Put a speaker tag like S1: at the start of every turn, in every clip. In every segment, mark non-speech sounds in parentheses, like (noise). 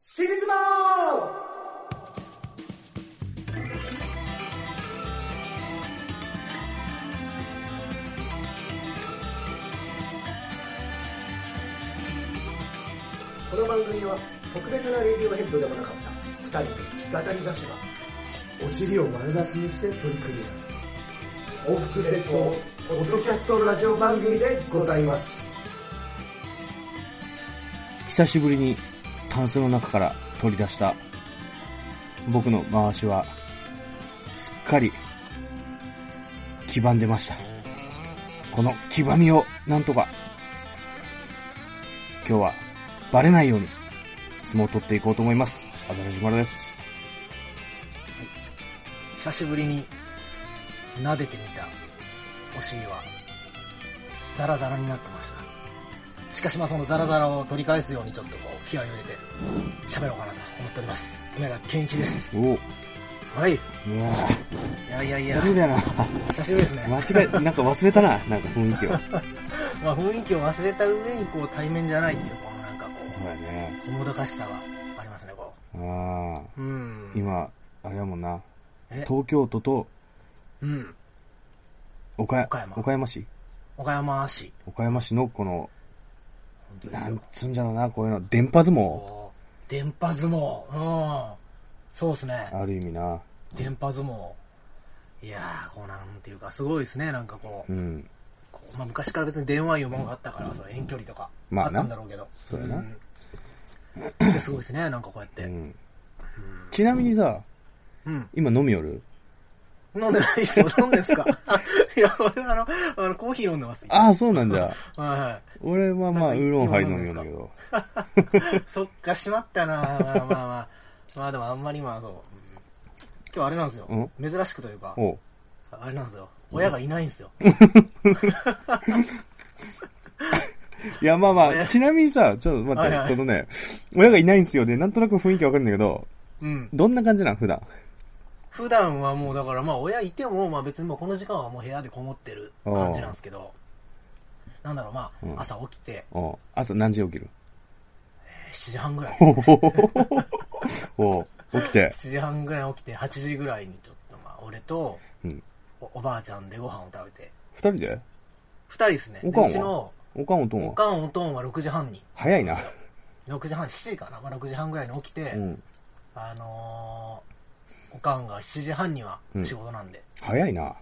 S1: 清水もこの番組は特別なレディオヘッドでもなかった二人の弾き語り歌手が
S2: お尻を丸出しにして取り組み
S1: 報復絶法ポッドキャストラジオ番組でございます
S3: 久しぶりにタンスの中から取り出した僕の回しはすっかり黄ばんでました。この黄ばみをなんとか今日はバレないように相撲を取っていこうと思います。あざらじまるです。
S4: 久しぶりに撫でてみたお尻はザラザラになってましたしかしまあそのザラザラを取り返すようにちょっとこう気合を入れて喋ろうかなと思っております梅田健一です
S3: おお、う
S4: はいい
S3: わ
S4: やいやい
S3: ぁ、
S4: や
S3: そうだな。
S4: 久しぶりですね
S3: 間違え、なんか (laughs) 忘れたな、なんか雰囲気を。そう
S4: (laughs) まあ雰囲気を忘れた上にこう対面じゃないっていうこのなんかこ
S3: だね。
S4: うもどかしさはありますねこ
S3: ああ、
S4: ううん
S3: 今、あれやもんな。
S4: え
S3: 東京都と
S4: うん
S3: 岡
S4: 岡山
S3: 岡山市
S4: 岡山市
S3: 岡山市のこの、
S4: 本当で
S3: な
S4: す
S3: ん
S4: よ
S3: つうんじゃろうな、こういうの、電波相撲。
S4: こう電波相撲うんそうですね
S3: ある意味な。
S4: 電波相撲。いやー、こうなんていうか、すごいですね、なんかこう
S3: う。ん。
S4: こうまあ、昔から別に電話いうものがあったから、その遠距離とか。
S3: まあ
S4: あっ
S3: な
S4: たんだろうけど。。
S3: そうやなん
S4: いやすごいですね、なんかこうやっ
S3: う
S4: て。
S3: ん。ちなみにさ、
S4: うん。
S3: 今飲みよる
S4: 飲んでないですよ、飲んでんすか (laughs) いや、俺あの、あの、コーヒー飲んでます。
S3: ああ、そうなん
S4: (laughs)
S3: だ。
S4: はいは
S3: 俺はま
S4: な
S3: あ、
S4: ん
S3: ウ
S4: か
S3: ーロンハイ飲みよんだけど。
S4: い。そっか、しまったなまあまあまあ。まあでもあんまり今、そう。うん今日あれなんですよ。珍しくというか、
S3: おう
S4: あれなんですよ。親がいないんですよ。
S3: いや、まあ
S4: (laughs)
S3: ま
S4: え
S3: あ、ちなみにさ、ちょっと待
S4: はい
S3: っ
S4: はい
S3: て、そのね、親がいないんすよで、なんとなく雰囲気わかるんだけど、
S4: うん。
S3: どんな感じなん普段。
S4: 普段はもうだからまあ親いてもまあ別にもうこの時間はもう部屋でこもってる感じなんですけど、なんだろうま
S3: う
S4: あ
S3: ん
S4: 朝起きて
S3: おう朝何時起きる
S4: えー7時半ぐら
S3: (laughs)
S4: い、
S3: おうおう起きて。
S4: 7時半ぐらい起きて8時ぐらいにちょっとまあ俺と
S3: うん。
S4: おおばあちゃんでご飯を食べて、
S3: 二人で
S4: 2人ですね。
S3: おかんは
S4: でうちの
S3: おかんおとん
S4: お
S3: は
S4: かんおとんは6時半に、
S3: 早いな。
S4: 6時半、7時かな、まあ6時半ぐらいに起きて、
S3: うん。
S4: あのーおかんが7時半には仕事なんで、
S3: 早いな。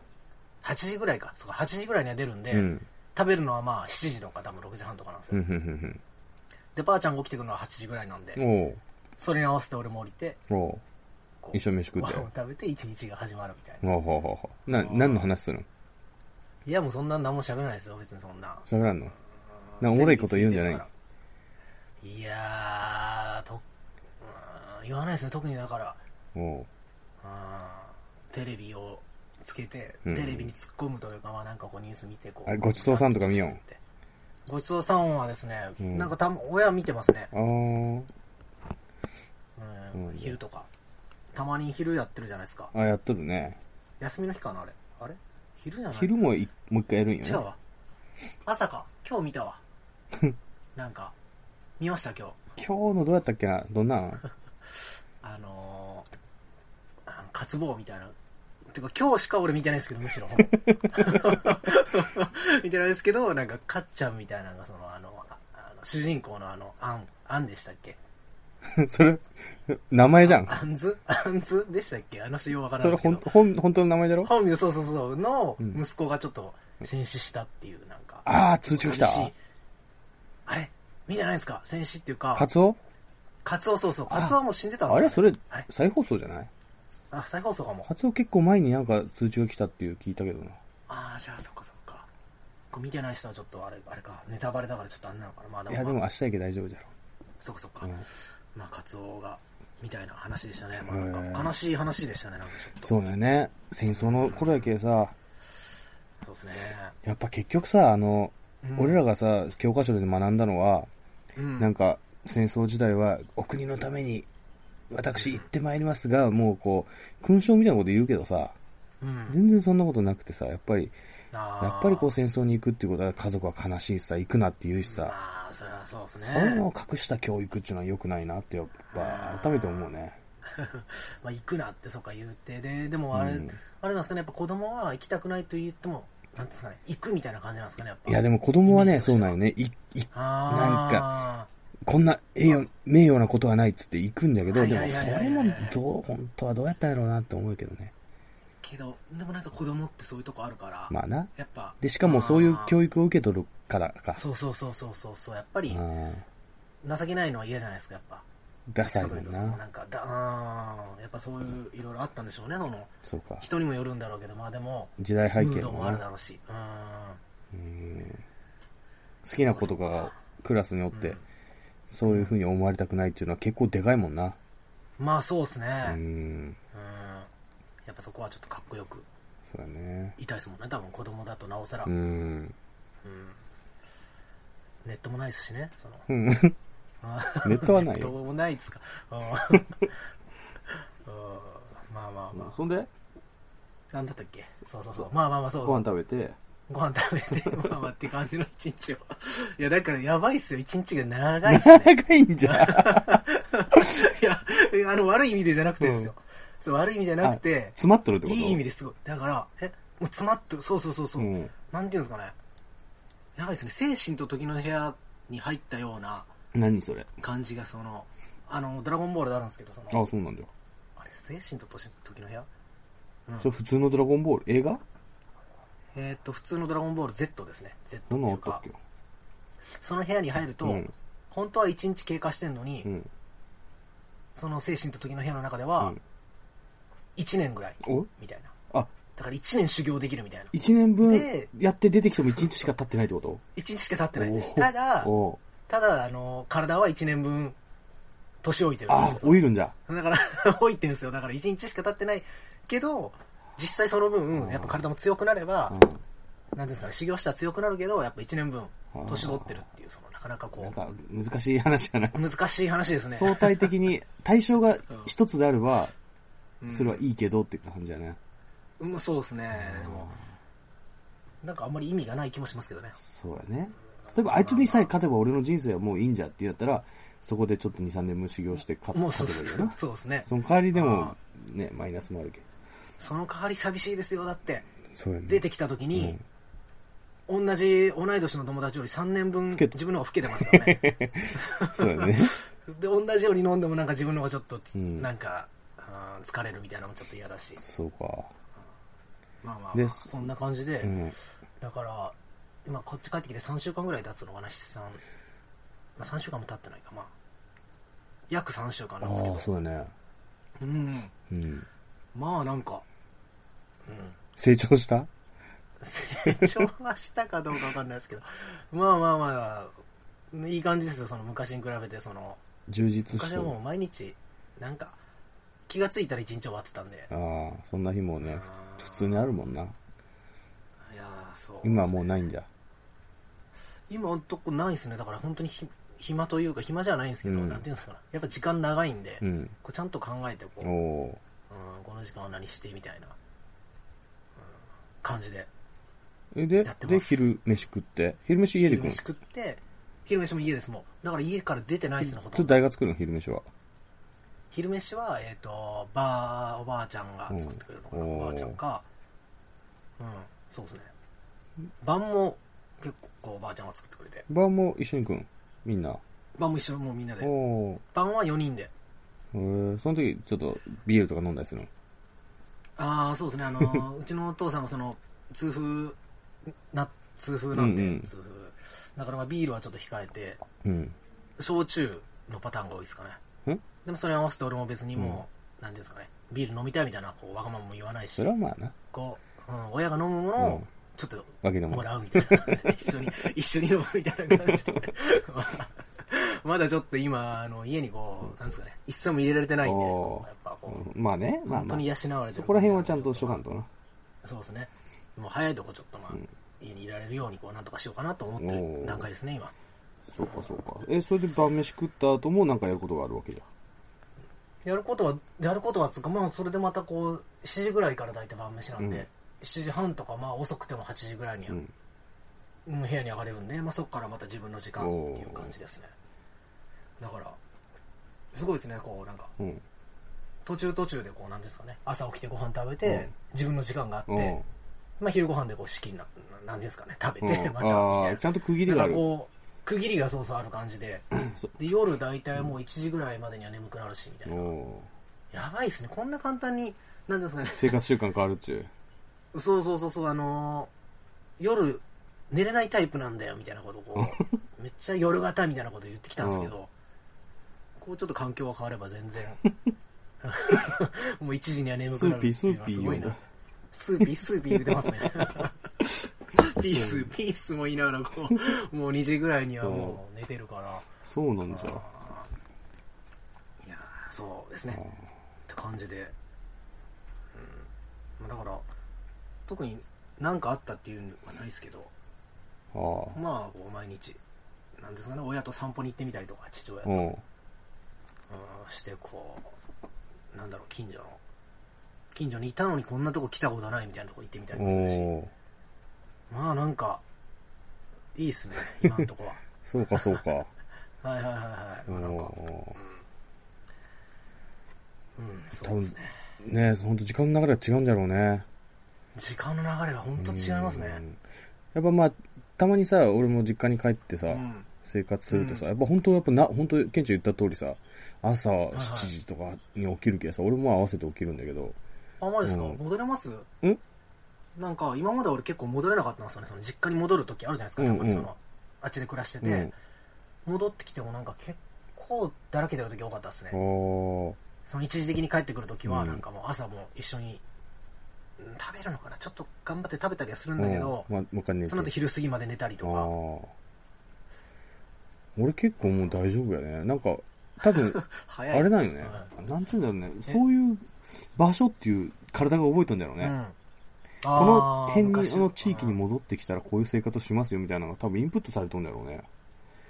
S4: 8時ぐらいか、そうか8時ぐらいには出るんで、
S3: うん。
S4: 食べるのはまあ7時とか多分6時半とかなんですよ。
S3: うん、うん、
S4: で、ばあちゃんが起きてくるのは8時ぐらいなんで、
S3: うん。おう
S4: それに合わせて俺も降りて、
S3: おう
S4: こう
S3: 一緒に飯食
S4: ご
S3: っ
S4: 飯
S3: て
S4: を。食べて一日が始まるみたいな。
S3: ほうほうほうほう。な、何の話するの
S4: いや、もうそんな何も喋らないですよ、別にそんな。
S3: 喋らんのなんかおもろいこと言うんじゃない
S4: テレビついてるからいやー、と、うーん言わないですね、特にだから、
S3: お
S4: うー
S3: う
S4: んテレビをつけて、
S3: うん
S4: テレビに突っ込むというか、まあなんかこうニュース見てこ
S3: あ
S4: う。
S3: ごちそうさんとか見よん
S4: ごちそうさんはですね、
S3: うん
S4: なんかた親見てますね。
S3: あー
S4: うん
S3: うん
S4: 昼とか。たまに昼やってるじゃないですか。
S3: あ、やっとるね。
S4: 休みの日かな、あれ。あれ昼じゃない
S3: 昼もいもう一回やるんよね。
S4: 違うわ。朝か。今日見
S3: (laughs)
S4: たわ。なんか、見ました今日。
S3: 今日のどうやったっけなどんなん (laughs)
S4: あのー、あの渇望みたいな。てか今日しか俺見てないですけど、むし
S3: (laughs)
S4: ろ。ほぼ見てないですけど、なんか、かっちゃんみたいなのが、その、あの、ああの主人公のあの、あん、あんでしたっけ
S3: それ、名前じゃん。
S4: あんずあんずでしたっけあの人ようわから
S3: そ
S4: ない
S3: れ
S4: ですけ
S3: ほ
S4: ど。
S3: ん、ほん、本当の名前だろ
S4: 本名、そうそうそう、の
S3: うん
S4: 息子がちょっと戦死したっていう、なんか。
S3: ああ、通知が来た。
S4: 嬉しいあれ見てないですか戦死っていうか。
S3: カツオ
S4: カツオ、そうそう。
S3: あ
S4: カツオはもう死んでたんです
S3: あれそれ
S4: あれ、
S3: 再放送じゃない
S4: あ、再放送かも。
S3: カツオ結構前になんか通知が来たっていう聞いたけどな。
S4: ああ、じゃあ、そっかそっか。これ見てない人はちょっとあれ、あれか、ネタバレだからちょっとあれなのかな。まあで
S3: い
S4: も、
S3: や、でも
S4: まあ
S3: 明日行け大丈夫じゃろ。
S4: そっかそっか。
S3: うん
S4: まあ、カツオが、みたいな話でしたね。まあ、
S3: へー
S4: なんか、悲しい話でしたね、なんかちょっと。
S3: そうだよね。戦争の頃やけさ、
S4: そうですね。
S3: やっぱ結局さ、あの、
S4: うん
S3: 俺らがさ、教科書で学んだのは、
S4: うん。
S3: なんか戦争時代はお国のために私行ってまいりますが、もうこう、勲章みたいなこと言うけどさ、
S4: うん。
S3: 全然そんなことなくてさ、やっぱり、
S4: や
S3: やっぱりこう戦争に行くっていうことは家族は悲しいしさ、行くなって言うしさ、
S4: まああ、それはそうですね。
S3: そういうのを隠した教育っていうのは良くないなって、やっぱ、改めて思うね。
S4: まあ、行くなってそうか言うてででもあれ、
S3: うん
S4: あれなんですかねやっぱ子供は行きたくないと言ってもなんですかね行くみたいな感じなんですかねやっぱ
S3: いや、でも子供は
S4: イメ
S3: ね、
S4: ージとし
S3: そう
S4: て
S3: な
S4: は
S3: のね。い、い、
S4: ああ
S3: こんな栄誉、名誉なことはないっつって行くんだけど、
S4: はい
S3: で
S4: は
S3: も
S4: い
S3: そ
S4: はいはい
S3: れもどう、本当はどうやったんやろうなって思うけどね。
S4: けどでもなんか子供ってそういうとこあるから、
S3: まあな。
S4: やっぱ
S3: で、しかもそういう
S4: 育
S3: 教育を受け取るからか。
S4: そうそうそうそうそうそうやっぱり
S3: あ
S4: 情けないのは嫌じゃないですかやっぱ
S3: ーダサい
S4: ど
S3: も
S4: っ
S3: ん
S4: ちかというとその
S3: な。
S4: なんかだあーやっぱそういういろいろあったんでしょうねその
S3: そうか。
S4: 人にもよるんだろうけどまあでも
S3: 時代背
S4: ム
S3: 景
S4: ードも
S3: も
S4: あ
S3: な
S4: るだろうしうん
S3: うん好きな子とかがクラスにおって、そういう風に思われたくないっていうのは結構でかいもんな。
S4: まあそうですね
S3: う
S4: うん
S3: ん。
S4: やっぱそこはちょっとかっこよく
S3: そうだね。
S4: 痛いですもんね多分子供だとなおさら、
S3: う
S4: うん
S3: ん。
S4: ネットもないですしねその
S3: うん。 (laughs)
S4: あ
S3: ネットはない
S4: ネット
S3: よ。
S4: もないですかうんうんまあまあま
S3: そんで、
S4: あなんだったっけそうそうそうまあまあまあそうそう
S3: 食べて、
S4: ご飯食べてまあまあって感じの一日をいやだからやばいっすよ一日が長いっすね
S3: 高いん
S4: (laughs)
S3: じゃん。
S4: いやいやあの悪い意味でじゃなくてですよ、そう悪い意味じゃなくて
S3: 詰まっとるってこと
S4: いい意味
S3: で。
S4: ですごいだからえもう詰まってるそうそうそうそうう、
S3: ん。
S4: なんていうんですかねやばいですね精神と時の部屋に入ったような
S3: 何それ。
S4: 感じがそのあのドラゴンボールであるんですけどそ
S3: あ、
S4: の
S3: そうなんだよ。
S4: あれ精神と時時の部屋
S3: それ普通のドラゴンボール映画
S4: えーっ、と普通のドラゴンボール Z ですね Z って
S3: どんないのあ
S4: う
S3: った
S4: か
S3: っけ
S4: その部屋に入ると、
S3: うん。
S4: 本当は1日経過してんのに、
S3: うん。
S4: その精神と時の部屋の中で
S3: う
S4: は
S3: ん
S4: 1年ぐらい
S3: お
S4: みたいな
S3: あ、
S4: だから1年修行できるみたいな
S3: 一年分
S4: で
S3: やって出てきても一日しか経ってないってこと
S4: 1日しか経ってな
S3: お
S4: い
S3: ー
S4: ただ
S3: おう
S4: ただあの体は1年分年老いてる
S3: あ、
S4: その
S3: 老いるんじゃ。
S4: だから、 (laughs) 老いてんすよ。だから1日しか経ってないけど、実際その分、やっぱ体も強くなれば、なんですかね、修行したら強くなるけど、やっぱ1年分、年取ってるっていう、その、なかなか
S3: うん。なん
S4: こ、
S3: か難しい話じゃないう
S4: 難しい話ですね。
S3: 相対的に対象が一つであれば、
S4: うん
S3: それはいいけどって感じだね。
S4: うん、そうですね。でも、なんかあんまり意味がない気もしますけどね。
S3: そうやね。例えばあいつにさえ勝てば俺の人生はもういいんじゃってやったら、そこでちょっと2、3年無修行して勝
S4: もうそ
S3: 勝
S4: う
S3: てばいいよ
S4: (laughs)
S3: な。
S4: そうですね。
S3: その代わりでも、ね、マイナスもあるけど。
S4: その代わり寂しいですよ。だって、
S3: そうやね
S4: 出てきた時に、同じ同い年の友達より3年分、
S3: けた
S4: 自分の方が老けてますからね。 (laughs)
S3: そうやね。
S4: で同じように飲んでもなんか自分の方がちょっと、
S3: うん
S4: なんか、うん疲れるみたいなのもちょっと嫌だし
S3: そうか。
S4: まあまあまあ、
S3: で
S4: そんな感じで、
S3: うん。
S4: だから今こっち帰ってきて3週間ぐらい経つのかな七三、まあ、3週間も経ってないかまあ約3週間
S3: あ
S4: なんですけ
S3: あ、
S4: ど
S3: そうやね。
S4: うん
S3: うん。
S4: まあなんか
S3: 成長した
S4: 成長はしたかどうかわかんないですけどまあまあまあいい感じですよその昔に比べてその
S3: 充実し
S4: 昔
S3: た
S4: は。もう毎日なんか気がついたら一日終わってたんで
S3: ああ、そんな日もね、普通にあるもんな。
S4: いやーそう
S3: 今はもうないんじゃ。
S4: 今のとこないですねだから本当にひ暇というか暇じゃないんですけど、
S3: うん
S4: なんていうんですかねやっぱ時間長いんで、
S3: うん。
S4: こうちゃんと考えてこう、う
S3: お
S4: ん、
S3: お
S4: この時間は何してみたいな、うん感じで
S3: ー。え、で
S4: やって、ま
S3: で、
S4: す
S3: 昼飯食って。昼飯家で
S4: 昼
S3: 食うの
S4: 飯
S3: ち
S4: 食って昼飯も家ですもんだから家から出てないですねほ
S3: ょっ
S4: と
S3: と
S4: んど
S3: 大学作るの、昼飯は。
S4: 昼飯は、えっとばあおばあちゃんが作ってくれるのかな、
S3: うん
S4: おばあちゃんかうんそうですね晩も結構おばあちゃんが作ってくれて
S3: 晩も一緒に食うんみんな。
S4: 晩も一緒にもうみんな
S3: お
S4: で
S3: お
S4: 晩は4人で
S3: ー。えー、その時、ちょっと、ビールとか飲んだりするの
S4: ああそうですねあの
S3: (laughs)
S4: ーうちのお父さんがその痛風な痛風なんで、
S3: うんうん
S4: 痛風だからまあビールはちょっと控えて
S3: うん。
S4: 焼酎のパターンが多いですかね
S3: ん
S4: でもそれに合わせて俺も別にもう、なんていうんですかねビール飲みたいみたいなこうわがままも言わないし
S3: それはまあな。
S4: こう、うん、親が飲むもの
S3: う
S4: を
S3: ん
S4: ちょっと
S3: わけでも
S4: も
S3: ない。
S4: らうみたいな感じで (laughs) 一緒に一緒に飲むみたいな感じで (laughs) まだちょっと今あの家にこうなんですかね一銭も入れられてないんで
S3: あー
S4: こうやっぱこう
S3: うんまあね、まあ
S4: 本当
S3: まあ
S4: に。養われてる
S3: そこら辺はちゃんとしとかんとな。
S4: そうですね。もう早いとこちょっとまあ、家にいられるようにこうなんとかしようかなと思って
S3: お
S4: る
S3: ー
S4: 段階ですね、今。
S3: そうか、そうか。え、それで晩飯食った後もなんかやることがあるわけじ
S4: やることは、やることはつうか、まあそれでまたこう、7時ぐらいから大体晩飯なんで、
S3: うん
S4: 7時半とかまあ遅くても8時ぐらいに
S3: ゃ
S4: は
S3: ん。うん。
S4: うん部屋に上がれるんで、まあ、そこからまた自分の時間っていう感じですねだからすごいですねこうなんか
S3: うん。
S4: 途中途中でこうなんですかね朝起きてご飯食べ
S3: うん
S4: て自分の時間があ
S3: う
S4: っ
S3: ん。
S4: て、まあ、昼ご飯でこう式になななんていうんですかね食べて、
S3: うん
S4: またみ
S3: あ
S4: たい
S3: あ、
S4: な
S3: ちゃんと区切り
S4: だ
S3: が
S4: か
S3: あ
S4: ら
S3: る。
S4: こう区切りがそうそうある感じで
S3: そ
S4: で夜大体もう1時ぐらいまでには眠くなるしみたいな、
S3: お
S4: やばいっすねこんな簡単になんですかね
S3: 生活習慣変わるっちゅう。
S4: そうそうそうそうあのー夜寝れないタイプなんだよみたいなことをこ (laughs) うめっちゃ夜型みたいなこと言ってきたんですけど、こうちょっと環境が変われば全然 (laughs) もう1時には眠くなるっていうのはすごいなスーピースーピー言ってます (laughs) ねピースピースも言いながらこうもう2時ぐらいにはもう寝てるから、
S3: そうなんじゃ。
S4: いやーそうですね。って感じで。うん。まあ、だから、特に何かあったっていうのはないですけど、
S3: ああ。
S4: まあ、こう毎日、なんですかね、親と散歩に行ってみたりとか、父親と、
S3: う
S4: うん、
S3: ん。
S4: して、こう、なんだろう、近所の、近所にいたのにこんなとこ来たことないみたいなとこ行ってみたりもするし、
S3: おー
S4: まあなんか、いいっす (laughs) ね、今のとこ
S3: そうか、そうか。
S4: は。はいはいはいはい。まあなんか、
S3: お
S4: うん、そうですね。
S3: ーねえ、ほんと時間の流れが違うんだろうね。
S4: 時間の流れが本当違いますね。
S3: うん。やっぱまあ、たまにさ、俺も実家に帰ってさ、
S4: うん
S3: 生活するとさ、やっぱ本当やっぱな、本当ケンチ言った通りさ、朝
S4: い
S3: 7時とかに起きるけどさ、俺も合わせて起きるんだけど、
S4: あ、まあですか、
S3: うん
S4: 戻れます
S3: ん
S4: なんか、今まで俺結構戻れなかったんですよね。その実家に戻る時あるじゃないですか、
S3: うん
S4: た
S3: うん
S4: まにその、あっちで暮らしてて、
S3: うん
S4: 戻ってきてもなんか結構だらけてる時多かったですね。
S3: お
S4: その一時的に帰ってくる時
S3: う
S4: は、
S3: ん
S4: なんかもう朝も一緒に、うん食べるのかなちょっと頑張って食べたりはする
S3: ー
S4: んだけど
S3: う、んまあ、もう一回寝て
S4: その後昼過ぎまで寝たりとか、
S3: あー俺結構もう大丈夫やね。なんか、多分、
S4: 早い。
S3: あれなんよね
S4: は。
S3: なんちゅうんだろうね。
S4: え
S3: そういう場所っていう体が覚えたんだろう
S4: い
S3: ね。
S4: うん
S3: この
S4: あー
S3: 辺に、
S4: 昔
S3: あの地域に戻ってきたらこういう生活しますよみたいなのが多分インプットされとんだろうね。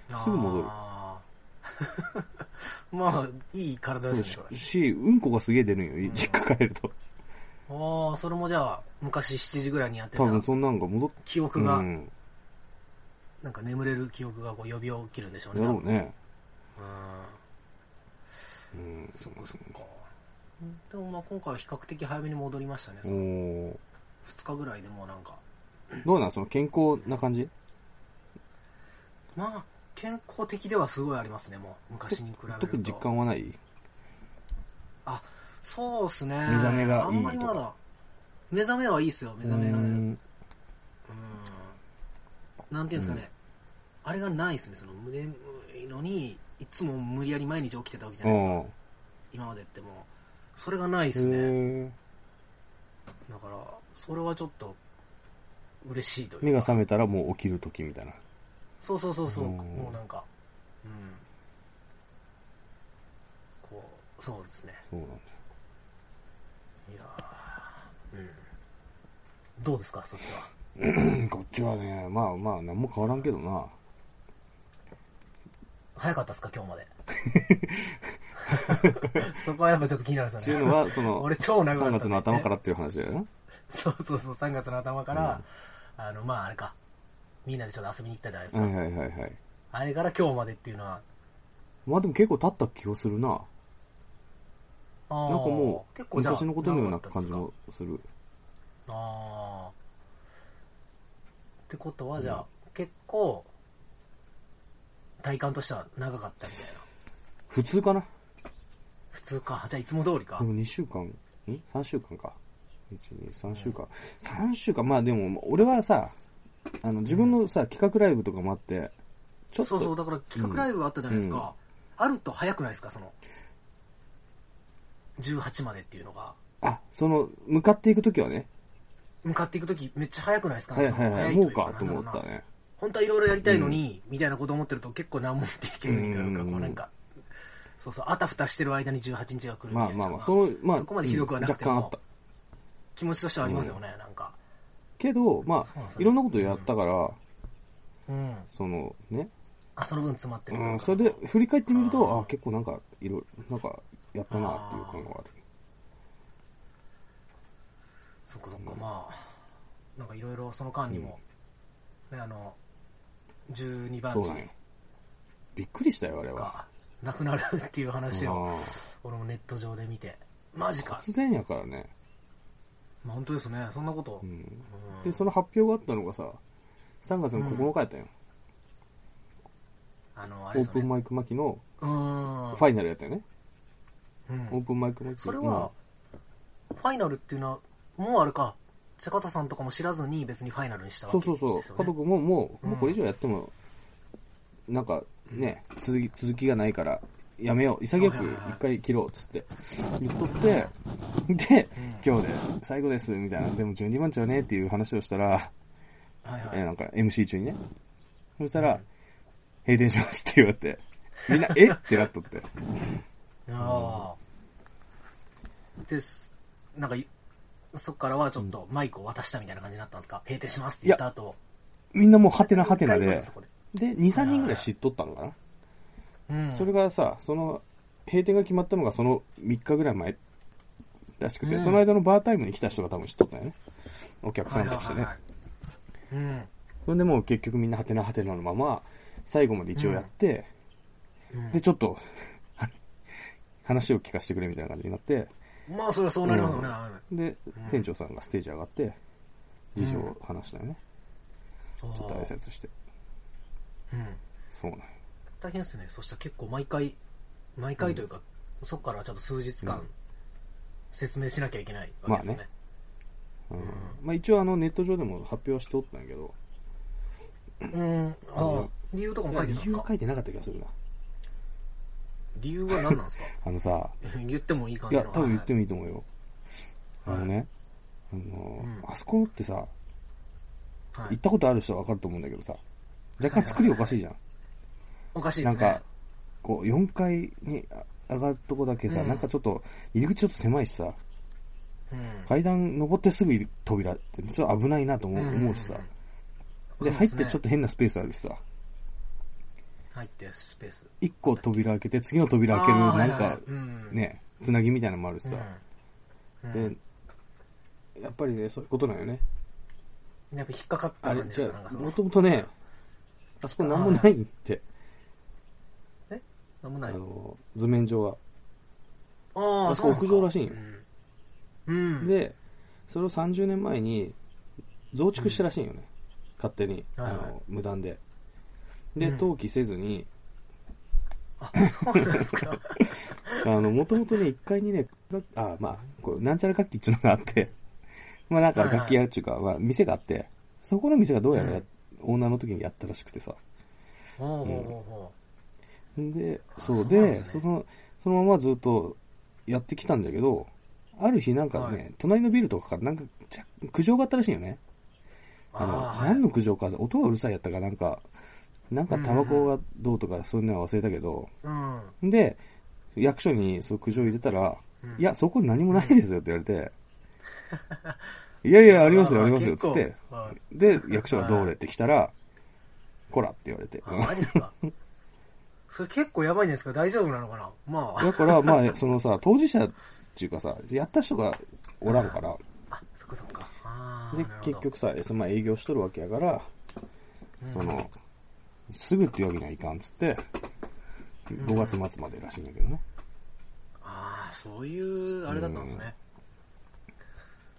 S3: すぐ戻る
S4: あー (laughs) まあ、いい体ですね、それ
S3: しし、うんこがすげえ出るんよ。い実家帰ると。
S4: ああ、それもじゃあ、昔7時ぐらいにやってた
S3: 多分そんなんが戻って、
S4: 記
S3: う
S4: 憶が、
S3: ん。
S4: なんか眠れる記憶がこう呼び起きるんでしょう
S3: だ
S4: ね。
S3: ろうね。
S4: 多分
S3: うん。
S4: うん。そっかそっか。でもまあ今回は比較的早めに戻りましたね。
S3: お
S4: その
S3: ー
S4: 2日ぐらいでもうなんか。
S3: どうなんその健康な感じ
S4: まあ、健康的ではすごいありますね、もう。昔に比べると。
S3: 特に実感はない
S4: そうっすね。
S3: 目覚めがいいとか
S4: あんまりまだ。目覚めはいいっすよ、目覚めがね。
S3: う
S4: うん。
S3: ん
S4: なんていうんですかね。あれがないっすね、その眠いのに、いつも無理やり毎日起きてたわけじゃ
S3: う
S4: ないですか。
S3: ん。
S4: 今までってもうそれがないですね
S3: へ
S4: だからそれはちょっと嬉しいという
S3: ー
S4: か
S3: 目が覚めたらもう起きる時みたいな。
S4: そうそうそうそう
S3: うん
S4: もうなんかうんこうそうですね
S3: そうなんだ。
S4: いやーうんどうですかそっちは
S3: うん (clears throat) こっちはね、まあまあ、何も変わらんけどな。
S4: 早かったですか今日ま
S3: (laughs)
S4: でそこはやっぱちょっと気になるんで
S3: っ
S4: す
S3: てい
S4: よ
S3: う
S4: ね
S3: のは、そ
S4: (laughs)
S3: の、
S4: 俺超長かったんだ
S3: 3
S4: よね
S3: 月の頭からっていう話だよな。
S4: そうそうそう3月の頭から、あのまああれかみんなでちょっと遊びに行ったじゃないですか、
S3: はいはいはいはい。
S4: あれから今日までっていうのは
S3: まあでも結構経った気がするな。
S4: な
S3: なんかもう
S4: 結、構じゃあ
S3: 昔のことのような
S4: 長かったんで
S3: 感じ
S4: すか
S3: もする。
S4: ああ。ってことは、じゃあ、結構、体感としては長かったみたいな。
S3: 普通かな
S4: 普通か。じゃあ、いつも通りか
S3: で。も2週間、ん ?3 週間か。1、2、3週間。3週間、まあでも、俺はさ、あの、自分のさ、企画ライブとかもあって、ちょっ
S4: そうそう、
S3: と、
S4: だから企画ライブあったじゃないですか。あると早くないですか、その、18までっていうのが。
S3: あ、その、向かっていくときはね、
S4: 向かっていくときめっちゃ早くないですか、
S3: はいはい
S4: その
S3: は
S4: 早い
S3: い、
S4: と
S3: も
S4: いう
S3: かと思っ。
S4: なんだ
S3: た
S4: ろうな
S3: ね。
S4: 本当はいろいろやりたいのに、みたいなこと思ってると結構何もできずにというか、
S3: うん
S4: こうなんか、そうそう、あたふたしてる間に18日が来るみ
S3: ま
S4: たい
S3: あ
S4: な。
S3: まあまあ、その、まあ、
S4: そこまでひどくはなくて
S3: うん
S4: も、
S3: 若干あった。
S4: 気持ちとしてはありますよね、なんか。
S3: けど、ま
S4: そうなん
S3: あ
S4: です、よ
S3: いろんなことやったから、
S4: うん。
S3: そのね、
S4: あ、その分詰まってるというか
S3: ん、それで振り返ってみる
S4: あ
S3: と、
S4: ー
S3: あ結構なんか、いろいろ、なんか、やったなっていう感がある。
S4: そっかそっか、まあ、なんかいろいろその間にも、ね、あの、 12番
S3: そう
S4: 地
S3: なんよ。びっくりしたよ、あれは。
S4: がなくなるっていう話を
S3: うん
S4: 俺もネット上で見てマジか
S3: 突然やからね。
S4: まあ本当ですねそんなこと、
S3: うん。
S4: うん
S3: で、その発表があったのがさ、3月の9日やったんよ。
S4: あのあ
S3: オ
S4: れです
S3: ー
S4: よ
S3: プン
S4: ね
S3: マイク巻きの
S4: うん
S3: ファイナルやったよね。
S4: うん
S3: オープンマイク巻き。
S4: それは、ファイナルっていうのはもうあれか茶方さんとかも知らずに別にファイナルにした
S3: うん
S4: わ
S3: そ
S4: け
S3: う
S4: ですよ、
S3: そう
S4: ね、
S3: そう。家族ももう、もうこれ以上やっても、なんかね、続き、続きがないから、やめよう。潔く一回切ろう、つって。言っとって、で、今日で最後です、みたいな。でも12番ちゃうね、っていう話をしたら、
S4: はいはい
S3: えーなんか MC 中にね。そしたら、閉店しますって言われて、みんな、えってなっとって。
S4: ああ。で、すなんかい、そっからはちょっとマイクを渡したみたいな感じになったんですか閉店しますって言った後。
S3: みんなもうハテナハテナ
S4: 一回
S3: で
S4: まず、そこで
S3: で、2、3人ぐらい知っとったのかな。
S4: うん。
S3: それがさ、その、閉店が決まったのがその3日ぐらい前らしくて、
S4: うん
S3: その間のバータイムに来た人が多分知っとったよね。お客さんとして
S4: はいはい
S3: ね
S4: は。いうん。
S3: それでもう結局みんなハテナハテナのまま、最後まで一応やって、
S4: うん
S3: で、ちょっと、 (laughs) 話を聞かせてくれみたいな感じになって、
S4: まあ、それはそうなりますよね。
S3: うん
S4: はいはい
S3: で
S4: ん、
S3: 店長さんがステージ上がって、事情を話したよね。
S4: あ
S3: ちょっと挨
S4: ー
S3: 拶して。
S4: うん。
S3: そうなんよ
S4: 大変ですね。そしたら結構毎回、毎回というか、そっからちょっと数日間、
S3: うん
S4: 説明しなきゃいけないわけですよね。
S3: うんまあ一応あのネット上でも発表しておったんやけど、
S4: うん。あ
S3: あ
S4: あ
S3: の。
S4: 理由とかも書
S3: 理
S4: いてたんです
S3: 由
S4: か
S3: 書いてなかった気がするな。
S4: 理由は何なんですか (laughs)
S3: あのさ、
S4: 言ってもいい感
S3: い
S4: じの
S3: や、多分言って
S4: も
S3: もいいと思うよ。あのね、あの、
S4: うん
S3: あそこってさ、
S4: は
S3: 行っ
S4: い。
S3: たことある人はわかると思うんだけどさ、若干作りおかしいじゃん。
S4: おかしいで
S3: な
S4: す
S3: ん
S4: ね。
S3: か、こう、4階に上がるとこだけさ、
S4: うん
S3: なんかちょっと、入り口ちょっと狭いしさ、
S4: うん
S3: 階段登ってすぐ扉って、ちょっと危ないなと思う,、
S4: うん
S3: 思うしさ。で、
S4: そう
S3: 入
S4: で
S3: っ
S4: す
S3: て
S4: ね
S3: ちょっと変なスペースあるしさ、
S4: 入ってスペース
S3: 1個扉開けて、次の扉開ける、
S4: あー
S3: なん
S4: はいはいは
S3: か
S4: い、うん
S3: ね、つなぎみたいなのもあるし
S4: う
S3: さ。
S4: んう
S3: で
S4: ん、
S3: やっぱりね、そういうことなんよね。
S4: やっぱ引っかかった
S3: あれ
S4: 感、じ
S3: じ
S4: で
S3: ゃ
S4: すかなんか
S3: あ、
S4: そ
S3: も
S4: の
S3: ともとね、あそこなんもないって、
S4: なんも
S3: あ
S4: ない
S3: の、図面上は。
S4: あ
S3: あそこ
S4: うなんですか
S3: 屋上らしいんよ
S4: うんうん
S3: で、それを30年前に増築したらしいんよね。勝手に、あ
S4: はいはい
S3: の、無断で。で、
S4: うん
S3: 登記せずに、
S4: あそうなんです
S3: (laughs)
S4: か
S3: あの、もともとね、1階にね、楽あ、まあ、こう、なんちゃら楽器っていうのがあって、 (laughs) まあなんか
S4: はいはい
S3: 楽器やるっていうか、まあ店があって、そこの店がどうやらや
S4: うん
S3: オーナーの時にやったらしくてさ。
S4: ほうほうほうほ
S3: で、
S4: あ
S3: そ
S4: そうう
S3: で、
S4: なんです
S3: そ
S4: ね
S3: の、そのままずっとやってきたんだけど、ある日なんかね、
S4: は
S3: 隣のビルとかからなんか、じゃ苦情があったらしいよね。
S4: う
S3: あの、
S4: あーはい
S3: 何の苦情か、音がうるさいやったかなんか、なんかタバコがどうとか、そういうのは忘れたけど、
S4: うん
S3: で、役所にそう苦情入れたら、
S4: うん
S3: いや、そこ何もないですよって言われ
S4: (laughs)
S3: て、いやいや、ありますよ、
S4: ー
S3: ありますよ、つ
S4: 結
S3: っ
S4: 構
S3: て、
S4: はい
S3: で、役所がどうれって来たら、こらって言われて。
S4: あマジです
S3: (laughs)
S4: かそれ結構やばいんですか大丈夫なのかなまあ
S3: だから、まあ、そのさ、当事者っていうかさ、やった人がおらんから、
S4: あそっかそっかあー
S3: で
S4: なる、ほど
S3: 結局さ、そのまあ営業しとるわけやから、
S4: うん
S3: その、すぐっていうわけにはいかんっつって、5月末までらしいんだけどね。
S4: ああそういうあれだったんですね
S3: うん
S4: ま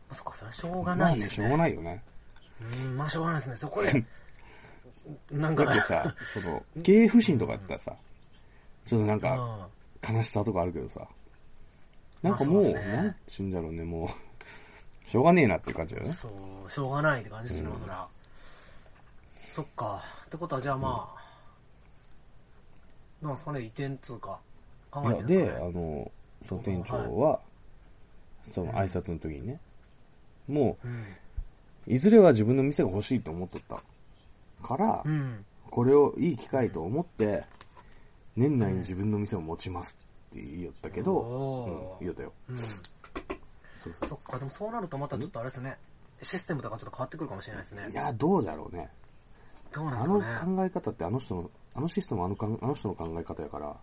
S4: あそっかそれはしょうがないです
S3: まあしょう
S4: ね
S3: がない
S4: (laughs)
S3: よね。
S4: うんまあしょうがないですねそこでなんか
S3: だってさ、その、経営不振とかやったらさ、ちょっとなんか、
S4: あ
S3: 悲しさとかあるけどさ、なんかも
S4: まあそう
S3: う、
S4: ですね
S3: なんて言うんだろうね、もう、しょうがねえなっていう感じだよ
S4: あ
S3: ね。
S4: そう、しょうがないって感じですね、そりゃ。そっか。ってことは、じゃあまあ、なんですかね、移転っつうか、考え
S3: い
S4: て
S3: や、
S4: るんです
S3: で、
S4: か
S3: あ
S4: ね。
S3: の、その店長は、その挨拶の時にね、も
S4: うん。
S3: う、いずれは自分の店が欲しいと思っとったから
S4: う、ん。
S3: これをいい機会と思って、年内に自分の店を持ちますって言いよったけど
S4: お、ー
S3: うん、言いよったよ。
S4: うん。そっか、でもそうなるとまたちょっとあれですね、システムとかちょっと変わってくるかもしれないですね
S3: い。や、どうだろうね。
S4: どうなんで
S3: あ
S4: すか
S3: の
S4: ね。
S3: 考え方ってあの人の、あのシステムはあのかんあの人の考え方やから、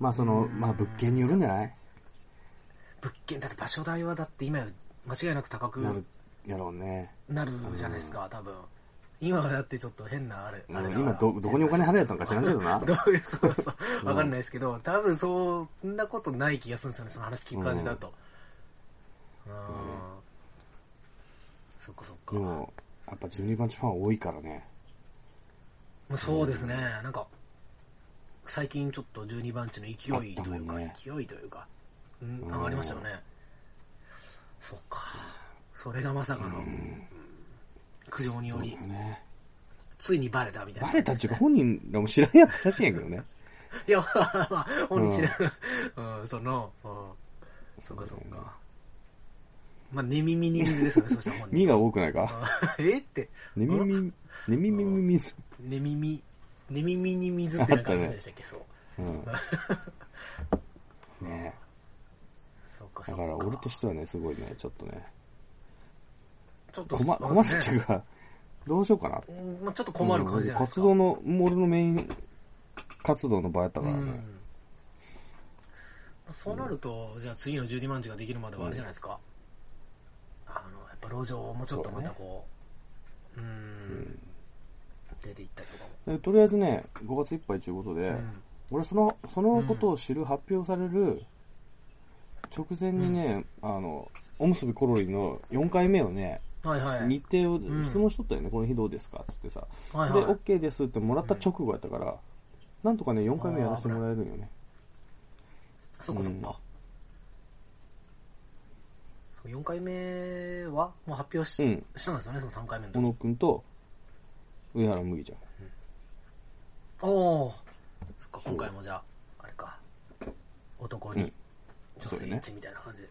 S3: まあその、まあ物件によるんじゃない
S4: 物件、だって場所代はだって今より間違いなく高
S3: なる
S4: く
S3: やろうね。
S4: なるじゃないですか、多分。今はだってちょっと変なあれ、あれだから
S3: 今ど、どこにお金払えたのか知らんけどな。
S4: (laughs) どういう、そうそう、わかんないですけど、多分そんなことない気がするんですよね、その話聞く感じだと。うん。そっかそっか。
S3: で
S4: ま
S3: も、やっぱ12番地ファン多いからね。
S4: あそうですね、なんか、最近ちょっと12番地の勢いというか、
S3: あったもんね
S4: 勢いというか、うん、
S3: ん
S4: 上がりましたよね。そっか。それがまさかの、苦情により、
S3: ね、
S4: ついにバレたみたいな。
S3: バレたっていうか本人らも知らんやったらしいんやけどね。
S4: いや、まあ、まあ、本日、うん、その、うん、 (laughs) そっかそっか。まあ、寝耳に水ですよね、そしたら本
S3: (laughs) 2
S4: 人。
S3: が多くないか
S4: うん (laughs) えって、
S3: ねみみ、ねみみみみず。
S4: 寝耳、寝耳に水ってなんかありませんでしたっけ、そう。 (laughs)
S3: うん。ね
S4: そっか
S3: え。
S4: そ
S3: だ
S4: っ
S3: から
S4: か。
S3: 俺としてはね、すごいね、ちょっとね、
S4: ちょっと
S3: 困
S4: そう
S3: 困る
S4: で
S3: って
S4: す
S3: い
S4: ね
S3: うか、どうしようかな。
S4: うんまあ、ちょっと困る感じじゃないです
S3: 活
S4: か。
S3: 動の、もう俺のメイン活動の場やったから
S4: うん
S3: ね。
S4: まあそうなると、じゃあ次の12万字ができるまではあれじゃないですか。あの、やっぱ路上をもうちょっとまたこう、うん、出ていったりとかも。
S3: でとりあえずね、5月いっぱいということで、
S4: うん
S3: 俺その、そのことを知る、発表される、直前にね、あの、おむすびコロリの4回目をね、
S4: はいはい。
S3: 日程を
S4: ん
S3: 質問しとったよね、この日どうですかっつってさ。
S4: はい
S3: で、
S4: はい。
S3: OK ですってもらった直後やったから、なんとかね、4回目やらせてもらえるんよね。
S4: そっかそっか。そう4回目はもう発表し,、
S3: うん
S4: したんですよね、その3回目の
S3: 小
S4: 時。
S3: 野くんと、上原麦ちゃん。
S4: おおーそっか、今回もじゃあ、あれか。男
S3: う
S4: に
S3: ん
S4: 女
S3: そう
S4: 性
S3: だね
S4: 一致みたいな感じで。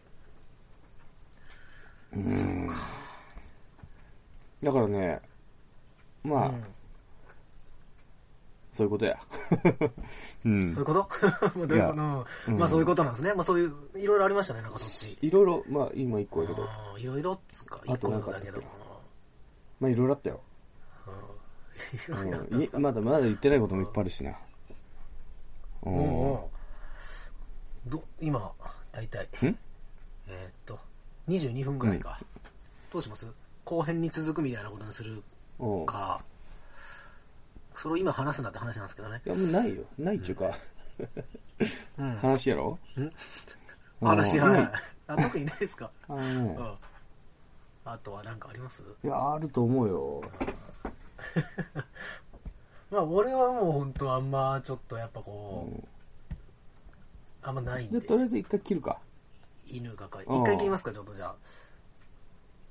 S3: だからね、まあ、そういうことや。 (laughs) うん。
S4: そういうことまあどういうこと (laughs)
S3: いや
S4: うんまあそういうことなんですね。まあそういう、いろいろありましたね、なんかそっち。
S3: いろいろ、まあ、今1個やけど、
S4: うんいろいろっつうか、
S3: あ
S4: 一
S3: と
S4: 個
S3: なんか
S4: だけど。
S3: まあ、いろいろあったよ。
S4: うんいろいろあった
S3: うんん
S4: で
S3: い
S4: すか。
S3: まだまだ言ってないこともいっぱいあるしな。
S4: う
S3: う
S4: ん
S3: ん。
S4: うんど今、大体、えーっと、22分ぐらいか。どうします後編に続くみたいなことにする
S3: うん
S4: か、それを今話すなって話なんですけどね。
S3: いや、もうないよ。ないっちゅうか、
S4: うん。
S3: 話やろうん
S4: 話は
S3: ない
S4: あ、特にないですか。
S3: あのね
S4: うん。あとは何かあります
S3: いや、あると思うよ。
S4: まあ、俺はもう本当あんま、ちょっとやっぱこう、あんまないん
S3: で、
S4: で、
S3: とりあえず一回切るか。
S4: 犬がかい。
S3: うん
S4: 一回切りますか、ちょっとじゃあ。